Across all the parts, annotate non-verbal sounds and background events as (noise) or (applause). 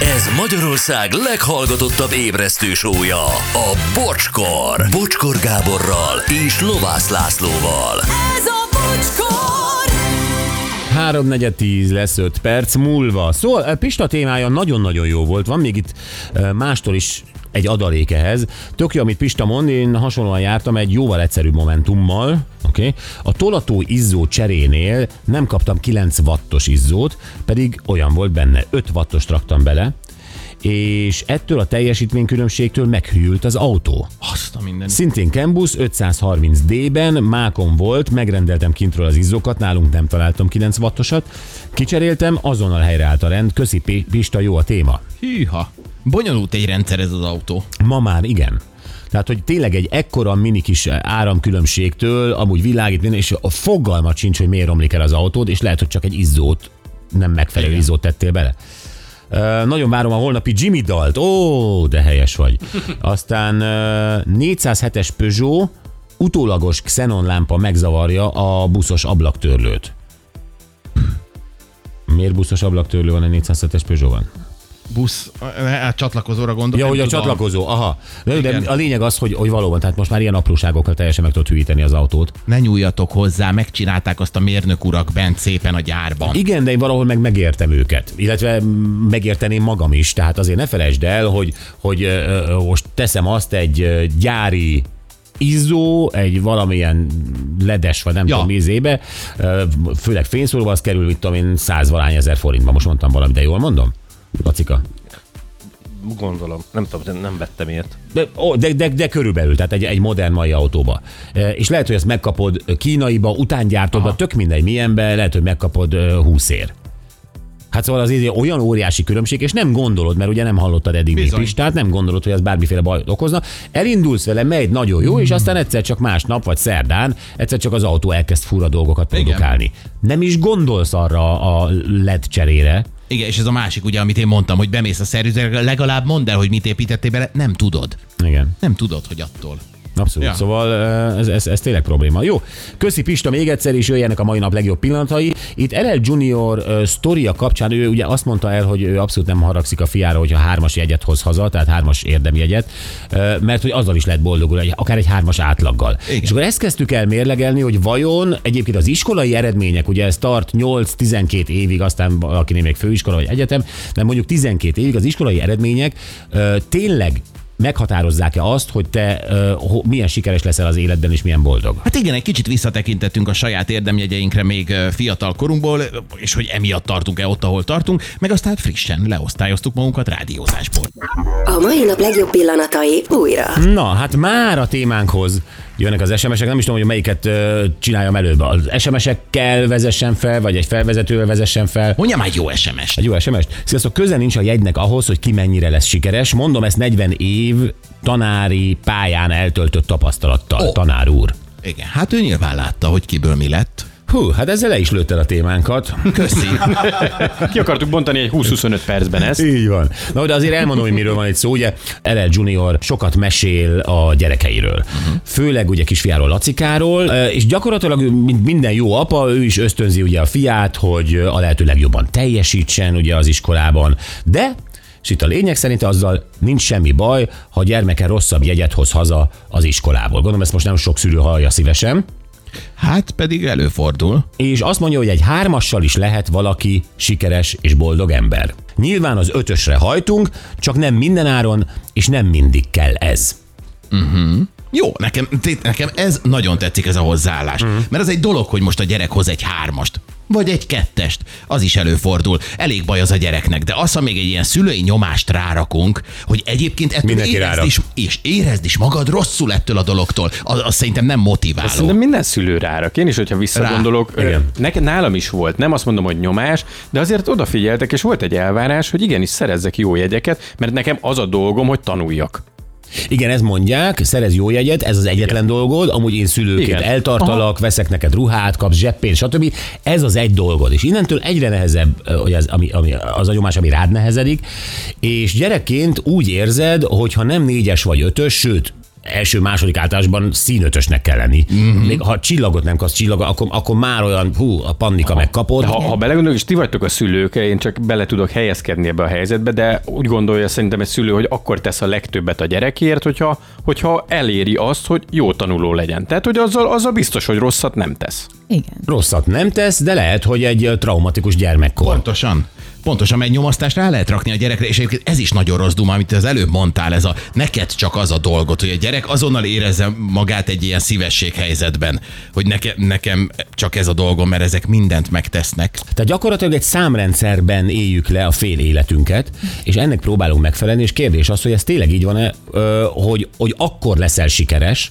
Ez Magyarország leghallgatottabb ébresztő sója, a Bocskor. Bocskor Gáborral és Lovász Lászlóval. Ez a bocskor! 3.4.10 lesz 5 perc múlva. Szóval Pista témája nagyon-nagyon jó volt. Van még itt ö, mástól is egy adalék ehhez. Tök jó, amit Pista mond, én hasonlóan jártam egy jóval egyszerűbb momentummal. Okay? A tolató izzó cserénél nem kaptam 9 wattos izzót, pedig olyan volt benne. 5 wattost raktam bele, és ettől a teljesítménykülönbségtől meghűlt az autó. Azt a minden. Szintén Kembusz 530D-ben, mákon volt, megrendeltem kintről az izzókat, nálunk nem találtam 9 wattosat. Kicseréltem, azonnal helyreállt a rend, köszi P- Pista, jó a téma. Hűha. Bonyolult egy rendszer ez az autó. Ma már igen. Tehát, hogy tényleg egy ekkora mini kis eh, áramkülönbségtől, amúgy világít, minden, és a fogalmat sincs, hogy miért romlik el az autód, és lehet, hogy csak egy izzót, nem megfelelő Igen. izzót tettél bele. Ö, Nagyon várom a holnapi Jimmy dalt. Ó, de helyes vagy. Aztán ö, 407-es Peugeot utólagos xenonlámpa megzavarja a buszos ablaktörlőt. Miért buszos ablaktörlő van a 407-es Peugeot-ban? Busz, a csatlakozóra gondolok. Ja, nem hogy a tudom. csatlakozó, aha. De, de Igen. a lényeg az, hogy, hogy valóban, tehát most már ilyen apróságokkal teljesen meg tudod hűíteni az autót. Ne nyúljatok hozzá, megcsinálták azt a mérnök urak bent szépen a gyárban. Igen, de én valahol meg megértem őket, illetve mm, megérteném magam is, tehát azért ne felejtsd el, hogy, hogy ö, ö, most teszem azt egy ö, gyári izzó, egy valamilyen ledes, vagy nem Ja. tudom, izébe, ö, főleg fényszóróba, az kerül, mit tudom én, százvalány ezer forintba, most mondtam valamit, de jól mondom? Lacika. Gondolom, nem tudom, de nem vettem ilyet. De, ó, de, de, de körülbelül, tehát egy, egy modern mai autóba. E, És lehet, hogy ezt megkapod kínaiba, utángyártodba, tök mindegy milyenbe, lehet, hogy megkapod ö, 20 ér. Hát szóval az így olyan óriási különbség, és nem gondolod, mert ugye nem hallottad eddig még Bizony. Pistát, nem gondolod, hogy ez bármiféle bajot okozna. Elindulsz vele, megy nagyon jó, Hmm. és aztán egyszer csak másnap vagy szerdán, egyszer csak az autó elkezd fura dolgokat Igen. produkálni. Nem is gondolsz arra a LED cserére, Igen, és ez a másik, ugye, amit én mondtam, hogy bemész a szervizre, legalább mondd el, hogy mit építettél bele, nem tudod. igen. Nem tudod, hogy attól. Abszolút. Ja. Ja. Szóval ö, ez, ez, ez tényleg probléma. Jó, köszi Pista még egyszer, és jöjjenek a mai nap legjobb pillanatai. Itt LL Junior ö, sztoria kapcsán ő ugye azt mondta el, hogy ő abszolút nem haragszik a fiára, hogyha hármas jegyet hoz haza, tehát hármas érdemjegyet, ö, mert hogy azzal is lehet boldogul, egy- akár egy hármas átlaggal. Igen. Igen. És akkor ezt kezdtük el mérlegelni, hogy vajon egyébként az iskolai eredmények, ugye ez tart 8-12 évig, aztán valakinél még főiskola vagy egyetem, de mondjuk 12 évig az iskolai eredmények ö, tényleg meghatározzák-e azt, hogy te ö, ho- milyen sikeres leszel az életben és milyen boldog? Hát igen, egy kicsit visszatekintettünk a saját érdemjegyeinkre még ö, fiatal korunkból, ö, és hogy emiatt tartunk-e ott, ahol tartunk, meg aztán hát frissen leosztályoztuk magunkat rádiózásból. A mai nap legjobb pillanatai újra. Na, hát már a témánkhoz jönnek az SMS-ek, nem is tudom, hogy melyiket ö, csináljam előbb. Az SMS-ekkel vezessen fel, vagy egy felvezetővel vezessen fel. Mondjam egy jó SMS-t. Egy jó SMS-t. Sziasztok, köze nincs a jegynek ahhoz, hogy ki mennyire lesz sikeres. Mondom ezt 40 év tanári pályán eltöltött tapasztalattal, oh. Ó. tanár úr. Igen, hát ő nyilván látta, hogy kiből mi lett. Hú, hát ezzel le is lőtted a témánkat. Köszi. Hát Ki akartuk bontani egy 20-25 percben ezt. Így van. Na, de azért elmondom, hogy miről van itt szó. Ugye LL Junior sokat mesél a gyerekeiről. Uh-huh. Főleg ugye kisfiáról, Lacikáról, eh, és gyakorlatilag ő, mint minden jó apa, ő is ösztönzi ugye a fiát, hogy a lehető legjobban teljesítsen ugye az iskolában. De és itt a lényeg szerint azzal nincs semmi baj, ha a gyermeke rosszabb jegyet hoz haza az iskolából. Gondolom, ezt most nem sok szülő hallja szívesen. Hát pedig előfordul. és azt mondja, hogy egy hármassal is lehet valaki sikeres és boldog ember. Nyilván az ötösre hajtunk, csak nem minden áron, és nem mindig kell ez. Jó, nekem, té- nekem ez nagyon tetszik ez a hozzáállás. Mm. Mert az egy dolog, hogy most a gyerek hoz egy hármast, vagy egy kettest. Az is előfordul. Elég baj az a gyereknek, de az, ha még egy ilyen szülői nyomást rárakunk, hogy egyébként ettől Mindenki érezd rárak. is, és érezd is magad rosszul ettől a dologtól, az, az szerintem nem motiváló. Szerintem minden szülő rárak. Én is, hogyha visszagondolok, Rá. Igen. nekem nálam is volt. Nem azt mondom, hogy nyomás, de azért odafigyeltek, és volt egy elvárás, hogy igenis szerezzek jó jegyeket, mert nekem az a dolgom, hogy tanuljak. Igen, ezt mondják, szerez jó jegyet, ez az egyetlen Igen. dolgod, amúgy én szülőként Igen. Igen. eltartalak, Aha. veszek neked ruhát, kapsz zseppénzt, stb. Ez az egy dolgod, és innentől egyre nehezebb ö, hogy az, ami, ami, az a nyomás, ami rád nehezedik, és gyerekként úgy érzed, hogy ha nem négyes vagy ötös, sőt, első, második általásban színötösnek kell lenni. Mm-hmm. Még ha csillagot nem kapsz csillag, akkor, akkor már olyan, hú, a pannika megkapod. De ha, ha belegondolok, és ti vagytok a szülők, én csak bele tudok helyezkedni ebbe a helyzetbe, de úgy gondolja szerintem egy szülő, hogy akkor tesz a legtöbbet a gyerekért, hogyha, hogyha eléri azt, hogy jó tanuló legyen. Tehát, hogy azzal, azzal biztos, hogy rosszat nem tesz. Igen. Rosszat nem tesz, de lehet, hogy egy ö, traumatikus gyermekkor. Pontosan. Pontosan, mert nyomasztást rá lehet rakni a gyerekre, és egyébként ez is nagyon rossz duma, amit az előbb mondtál, ez a neked csak az a dolgot, hogy a gyerek azonnal érezze magát egy ilyen szívesség helyzetben, hogy neke, nekem csak ez a dolgom, mert ezek mindent megtesznek. Tehát gyakorlatilag egy számrendszerben éljük le a fél életünket, és ennek próbálunk megfelelni, és kérdés az, hogy ez tényleg így van-e, ö, hogy, hogy akkor leszel sikeres,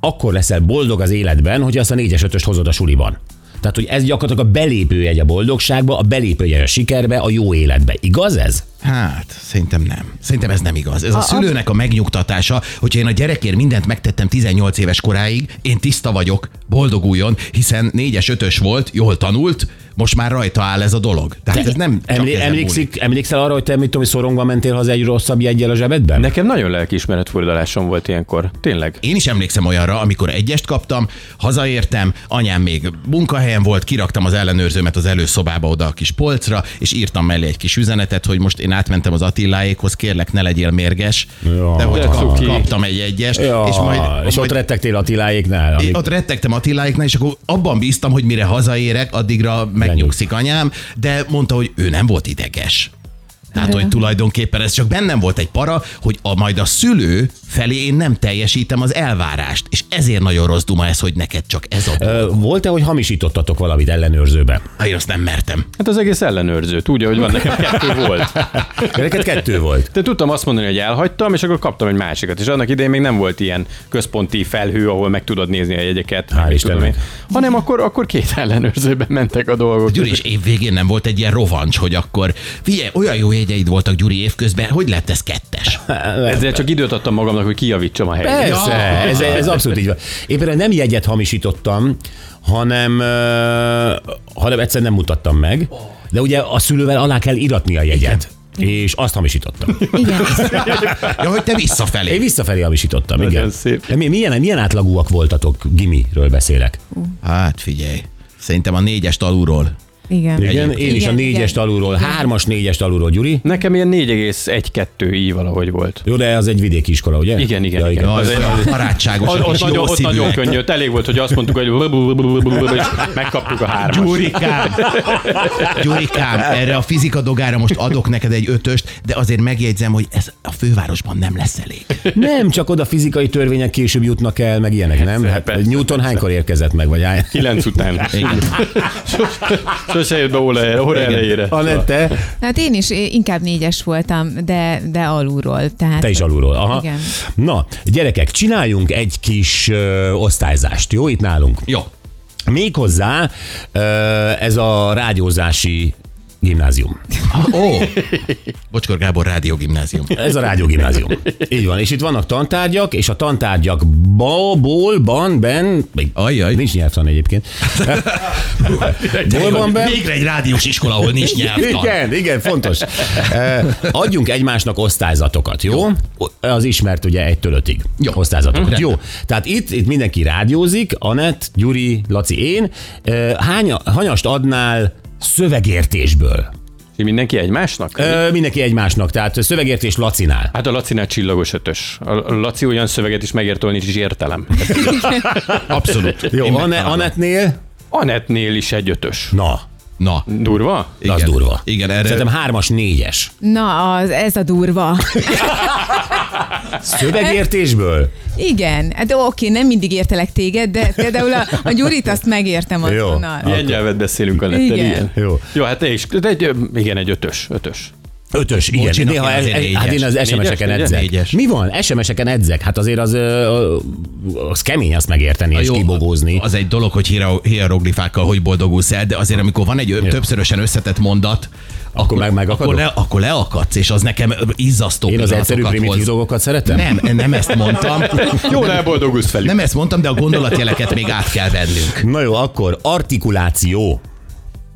akkor leszel boldog az életben, hogy azt a 4-es 5 hozod a suliban. Tehát, hogy ez gyakorlatilag a belépőjegy a boldogságba, a belépőjegy a sikerbe, a jó életbe. Igaz ez? Hát, szerintem nem. Szerintem ez nem igaz. Ez a, szülőnek a megnyugtatása, hogyha én a gyerekért mindent megtettem 18 éves koráig, én tiszta vagyok, boldoguljon, hiszen 4-es, 5-ös volt, jól tanult, most már rajta áll ez a dolog. Tehát ez nem csak Emlé- ezen múlik. emlékszik, emlékszel arra, hogy te mit tudom, hogy szorongva mentél haza egy rosszabb jegyel a zsebedben? Nekem nagyon lelkiismeret furdalásom volt ilyenkor. Tényleg. Én is emlékszem olyanra, amikor egyest kaptam, hazaértem, anyám még munkahelyen volt, kiraktam az ellenőrzőmet az előszobába oda a kis polcra, és írtam mellé egy kis üzenetet, hogy most én átmentem az Attiláékhoz, kérlek, ne legyél mérges, Jaj. de hogy De kap, cuki. kaptam egy egyest, Ja, és majd, és ott majd rettegtél Attiláéknál. Amik... ott rettegtem Attiláéknál, és akkor abban bíztam, hogy mire hazaérek, addigra megnyugszik anyám, de mondta, hogy ő nem volt ideges. Tehát, hogy tulajdonképpen ez csak bennem volt egy para, hogy a, majd a szülő felé én nem teljesítem az elvárást, és ezért nagyon rossz duma ez, hogy neked csak ez a... Ö, Volt-e, hogy hamisítottatok valamit ellenőrzőben? Ha én azt nem mertem. Hát az egész ellenőrző tudja, hogy van nekem kettő volt. Neked kettő volt. De tudtam azt mondani, hogy elhagytam, és akkor kaptam egy másikat. És annak idején még nem volt ilyen központi felhő, ahol meg tudod nézni a jegyeket. meg mit Istennek. tudom én. Hanem akkor, akkor két ellenőrzőben mentek a dolgok. Gyuri, és év végén nem volt egy ilyen rovancs, hogy akkor figyelj, olyan jó jegyeid voltak Gyuri évközben, hogy lett ez kettes? Ezzel csak időt adtam magamnak, hogy kijavítsam a helyet. Persze, Ja. ez, ez abszolút így van. Én például nem jegyet hamisítottam, hanem, ö, hanem egyszer nem mutattam meg, de ugye a szülővel alá kell iratni a jegyet. És azt hamisítottam. Igen. Ja, hogy te visszafelé. Én visszafelé hamisítottam, Nagyon igen. szép. De mi- milyen, milyen átlagúak voltatok? Gimiről beszélek. Hát figyelj, szerintem a négyes alulról. Igen. Igen, én is a Igen, négyest igen. alulról, hármas négyest alulról, Gyuri. Nekem ilyen 4,12 így valahogy volt. Jó, de az egy vidéki iskola, ugye? Igen, igen, ja, igen. Az, az, az barátságos, Ott, ott, és nagyon, jó ott nagyon szívűek. könnyű, ott elég volt, hogy azt mondtuk, hogy blablabla, és megkaptuk a hármat. Gyurikám, Gyurikám, erre a fizika dogára most adok neked egy ötöst, de azért megjegyzem, hogy ez a fővárosban nem lesz elég. Nem, csak oda fizikai törvények később jutnak el, meg ilyenek, nem? Hát, persze, Newton hánykor érkezett meg, vagy hány? Kilenc (laughs) után. Sose- Sose jött be óra óra elejére. Anette, Hát én is é- inkább négyes voltam, de, de alulról. Tehát te is alulról. Aha. Igen. Na, gyerekek, csináljunk egy kis ö, osztályzást, jó? Itt nálunk. Jó. Méghozzá ö, ez a rádiózási gimnázium. Ó, Bocskor Gábor Rádió Gimnázium. Ez a rádiógimnázium. Így van, és itt vannak tantárgyak, és a tantárgyakból, ból, ban, ben, még Ajjaj. nincs nyelvtan egyébként. Hol van be? Végre egy rádiós iskola, ahol nincs nyelvtan. Igen, igen, (laughs) fontos. Ö, Adjunk egymásnak osztályzatokat, jó? Az ismert ugye egytől ötig Jó. osztályzatokat. Mhm. Jó, tehát itt, itt mindenki rádiózik, Anett, Gyuri, Laci, én. Ö, Hány, hanyast adnál szövegértésből? És Mindenki egymásnak? Ö, Mindenki egymásnak, tehát szövegértés Lacinál. Hát a Lacinál csillagos ötös. A Laci olyan szöveget is megért, ahol nincs is értelem. Hát Ez- Abszolút. Én Jó, Ane, megtalálom. Anettnél? Anetnél is egy ötös. Na, Na, Durva? Igen. az Igen. durva. Igen, erre- Szerintem hármas, négyes. Na, az, ez a (laughs) durva. Szövegértésből? Igen, de oké, nem mindig értelek téged, de például a, a Gyurit azt megértem Jó. azonnal. Milyen nyelvet beszélünk Anettel? Igen. Ilyen. Jó. Jó, hát te is. De egy, igen, egy ötös. ötös. Ötös, igen. Bocs, én Néha nekem ez, azért ez, hát én az négyes. SMS-eken Négyes, edzek. négyes. Mi van? SMS-eken edzek. Hát azért az, ö, ö, az kemény azt megérteni és Jó, kibogózni. Az egy dolog, hogy hiero- hieroglifákkal hogy boldogulsz el, de azért amikor van egy ö- többszörösen összetett mondat, akkor, meg- megakadok? akkor, le, akkor leakadsz, és az nekem izzasztó Én az egyszerű pillanatokat primitív hoz. dolgokat szeretem? Nem, nem ezt (laughs) mondtam. Jó, de boldogulsz felük. Nem ezt mondtam, de a gondolatjeleket még át kell vennünk. Na jó, akkor artikuláció.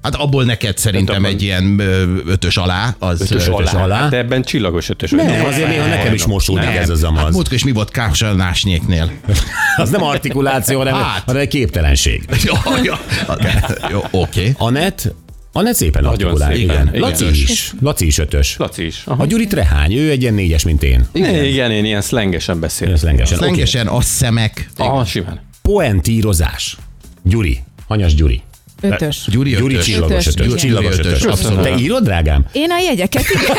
Hát abból neked szerintem abban- egy ilyen ö, ötös alá. Az Ötös alá. alá. Hát ebben csillagos ötös. vagy. Nem, azért néha nekem is mosódik ez az Hát amaz. múltkor is mi volt Kápsalnásnyéknél? Az nem artikuláció, hanem, Hát. hanem egy képtelenség. ja, ja. Jó, oké. Anett, Anett szépen Nagyon artikulál. szép. igen. Igen, Laci igen. is. Laci is ötös. Laci is. A Aha. Gyuri Trehány, ő egy ilyen négyes, mint én. Igen. igen, én ilyen szlengesen beszélek. Ez lengesen. Oké. Lengesen a szemek. Aha, simán. Poentírozás. Gyuri. Hanyas Gyuri. Ötös. Gyuri ötös. Gyuri csillagos Ötös, ötös. igen. Csillagos Gyuri ötös. ötös. Abszolút. Te írod, drágám? Én a jegyeket, igen.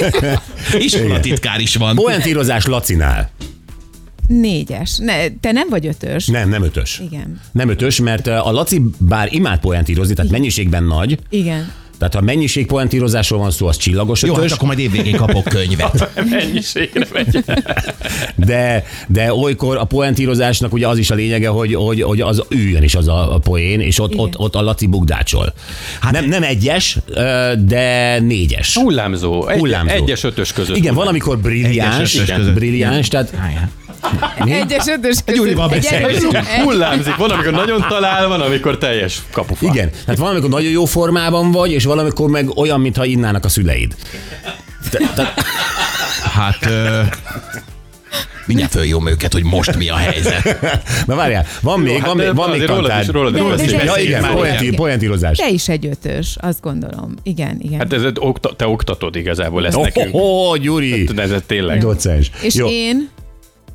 Én- Iskolatitkár is van. Poentírozás Lacinál. Négyes. Ne, te nem vagy ötös. Nem, nem ötös. Igen. Nem ötös, mert a Laci bár imád poentírozni, tehát mennyiségben nagy, Igen. tehát ha mennyiség poentírozásról van szó, az csillagos Jó, hát ötös, akkor majd évvégén kapok könyvet. Mennyiségre megy. (laughs) de, de olykor a poentírozásnak ugye az is a lényege, hogy, hogy, hogy az üljön is az a, a poén, és ott, Igen. ott, ott a Laci bugdácsol. Hát nem, nem egyes, ö, de négyes. Hullámzó. Egy, Hullámzó. Egyes ötös között. Igen, valamikor brilliáns, Egyes, ötös között. brilliáns, tehát Egyes, ötös között. Gyurival Egy beszélgetünk. egyes- egy- Hullámzik. Van, amikor nagyon talál, van, amikor teljes kapufán. igen, tehát valamikor nagyon jó formában vagy, és valamikor meg olyan, mintha innának a szüleid. Te, te, Hát... Ö... Mindjárt följön őket, hogy most mi a helyzet. Na várjál, van még, hát van még, de van még azért rólad is- tantár. rólad is Ja, beszélünk. beszélünk. Ja beszéljünk igen, már. poenti, poentírozás. Te is egy ötös, azt gondolom. Igen, igen. Hát ez egy okta, te oktatod igazából ezt nekünk. Hát, Ó, Gyuri! De ez egy tényleg. Docens. És Jó. én,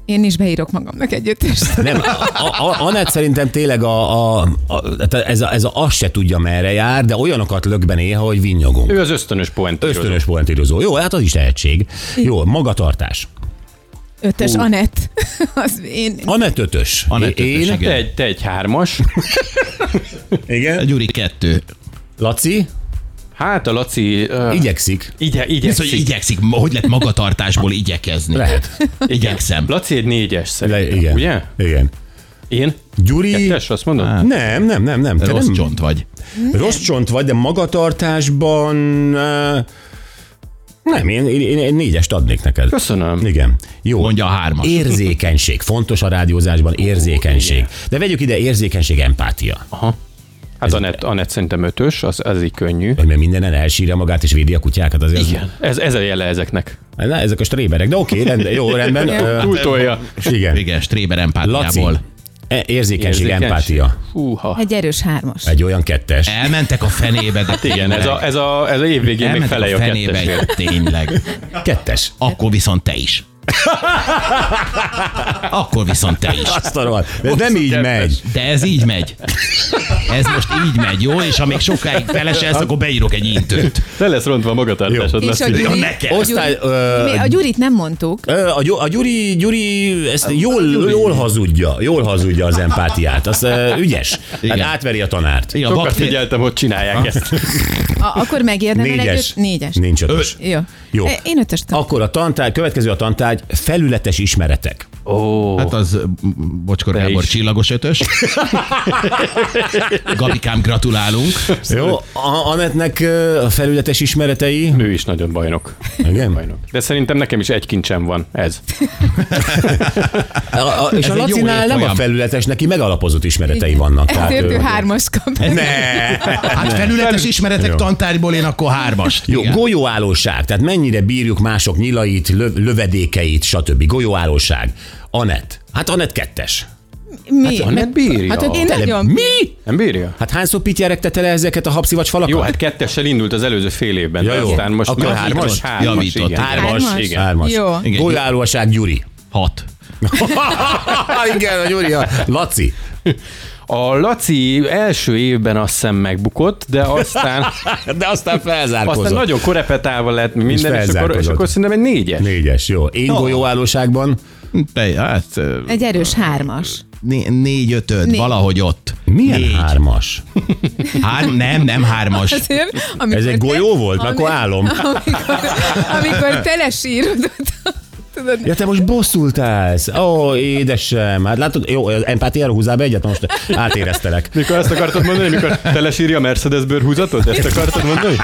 én is beírok magamnak egy ötöst. Nem, a, a, Anett szerintem tényleg a, a, a, tehát ez, a, ez a, azt se tudja merre jár, de olyanokat lök be néha, hogy vinnyogunk. Ő az ösztönös poent. Ösztönös poentírozó. Jó, hát az is tehetség. Jó, magatartás. Ötös, Anett. (laughs) Az én, Anett ötös. Anett ötös, Én, Te egy, te egy hármas. igen. Gyuri kettő. Laci Hát a Laci... Uh, igyekszik. igye, Ez, hogy igyekszik. igyekszik, ma- hogy lehet magatartásból igyekezni? Lehet. Igyekszem. Laci egy négyes Le, szerintem, igen. ugye? Igen. Hát. Én? Gyuri... Kettes, azt mondod? Nem, nem, nem, nem. Te Rossz nem, csont vagy. Rossz csont vagy, de magatartásban ö, nem, én, én, én négyest adnék neked. Köszönöm. Igen. Jó. Mondja a hármas. Érzékenység. Fontos a rádiózásban érzékenység. De vegyük ide érzékenység, empátia. Aha. Hát Anett, Anett szerintem ötös, az, az így könnyű. Hogy mert mindenen elsírja magát és védi a kutyákat. Azért Igen. Ez, ez a jele ezeknek. Az, na, ezek a stréberek, de oké, rend, jó, rendben. Ö, Túltolja. igen. Igen, Stréber Laci. empátiából. E- Érzékenység, empátia. Húha. egy erős hármas. Egy olyan kettes. Elmentek a fenébe, de Igen, ez a, ez a, ez a évvégén még Elmentek feleje a a fenébe, kettesért. egy- tényleg. Kettes. Akkor viszont te is. Akkor viszont te is. Azt a rohadt. De nem így megy. De ez így megy. Ez most így megy, jó? És ha még sokáig felesesz, akkor beírok egy intőt. Le lesz rontva a magatartásod, És a Laci. Gyuri, neked. Osztály, ö, Mi, a Gyurit nem mondtuk. Ö, A, Gyu- a Gyuri, Gyuri ezt Hát, jól, jól hazudja, jól hazudja az empátiát. Az ö, ügyes. Hát Igen. átveri a tanárt. Igen, Sokat bakté- figyeltem, hogy csinálják ezt. A, akkor megérdemel egy Négyes. öt, négyes. Nincs ötös. Jó. Jó. E, Én ötös tudom. Akkor a tantárgy, következő a tantárgy, felületes ismeretek. Ó, Hát az mm, Bocskor Gábor is. csillagos ötös. Gabikám, gratulálunk. Jó, a- Anetnek ö, a felületes ismeretei. ő is nagyon bajnok. Igen. De szerintem nekem is egy kincsem van ez. A, a, és a egy jó Lacinál nem a évfolyam. felületes, neki megalapozott ismeretei vannak. Ezért ő ő- hármas kap. Ne! (laughs) Hát felületes ismeretek Jó. tantárgyból én akkor hármas. Jó, Igen. golyóállóság, tehát mennyire bírjuk mások nyilait, löv, lövedékeit, stb. Golyóállóság. Anett. Hát Anett kettes. Mi? Hát Anett bírja. Hát hogy én Tele- nagyon... Mi? Nem bírja? Hát hányszor pityeregtette le ezeket a habszivacs falakat? Jó, hát kettessel indult az előző fél évben. Ja, de jó. Aztán most Akkor most hármas? most Hármas, Javított. igen. Hármas, Hármas? igen. Hármas. Jó. Igen. Golyóállóság Gyuri. Hat. Igen, a Gyuri. a- Laci. A Laci első évben azt hiszem megbukott, de (laughs) aztán, De aztán felzárkozott. aztán nagyon korepetálva lett minden, és, akkor, és felzárkozott. akkor szerintem egy négyes. Négyes, jó. Én golyóállóságban Te, hát, ö, Egy erős hármas. né- négy ötöd, Négy. valahogy ott. milyen hármas? Három, nem, nem hármas. Azért, amikor Ez egy te- golyó volt? Mert akkor álom. (laughs) Amikor, amikor telesírod, tudod, Ja, te most bosszult állsz. Ó, édesem. Hát látod, jó, az empátiára húzzál be egyet, na most átéreztelek. Mikor ezt akartad mondani, mikor telesírja a Mercedes bőrhúzatot? Ezt akartad mondani?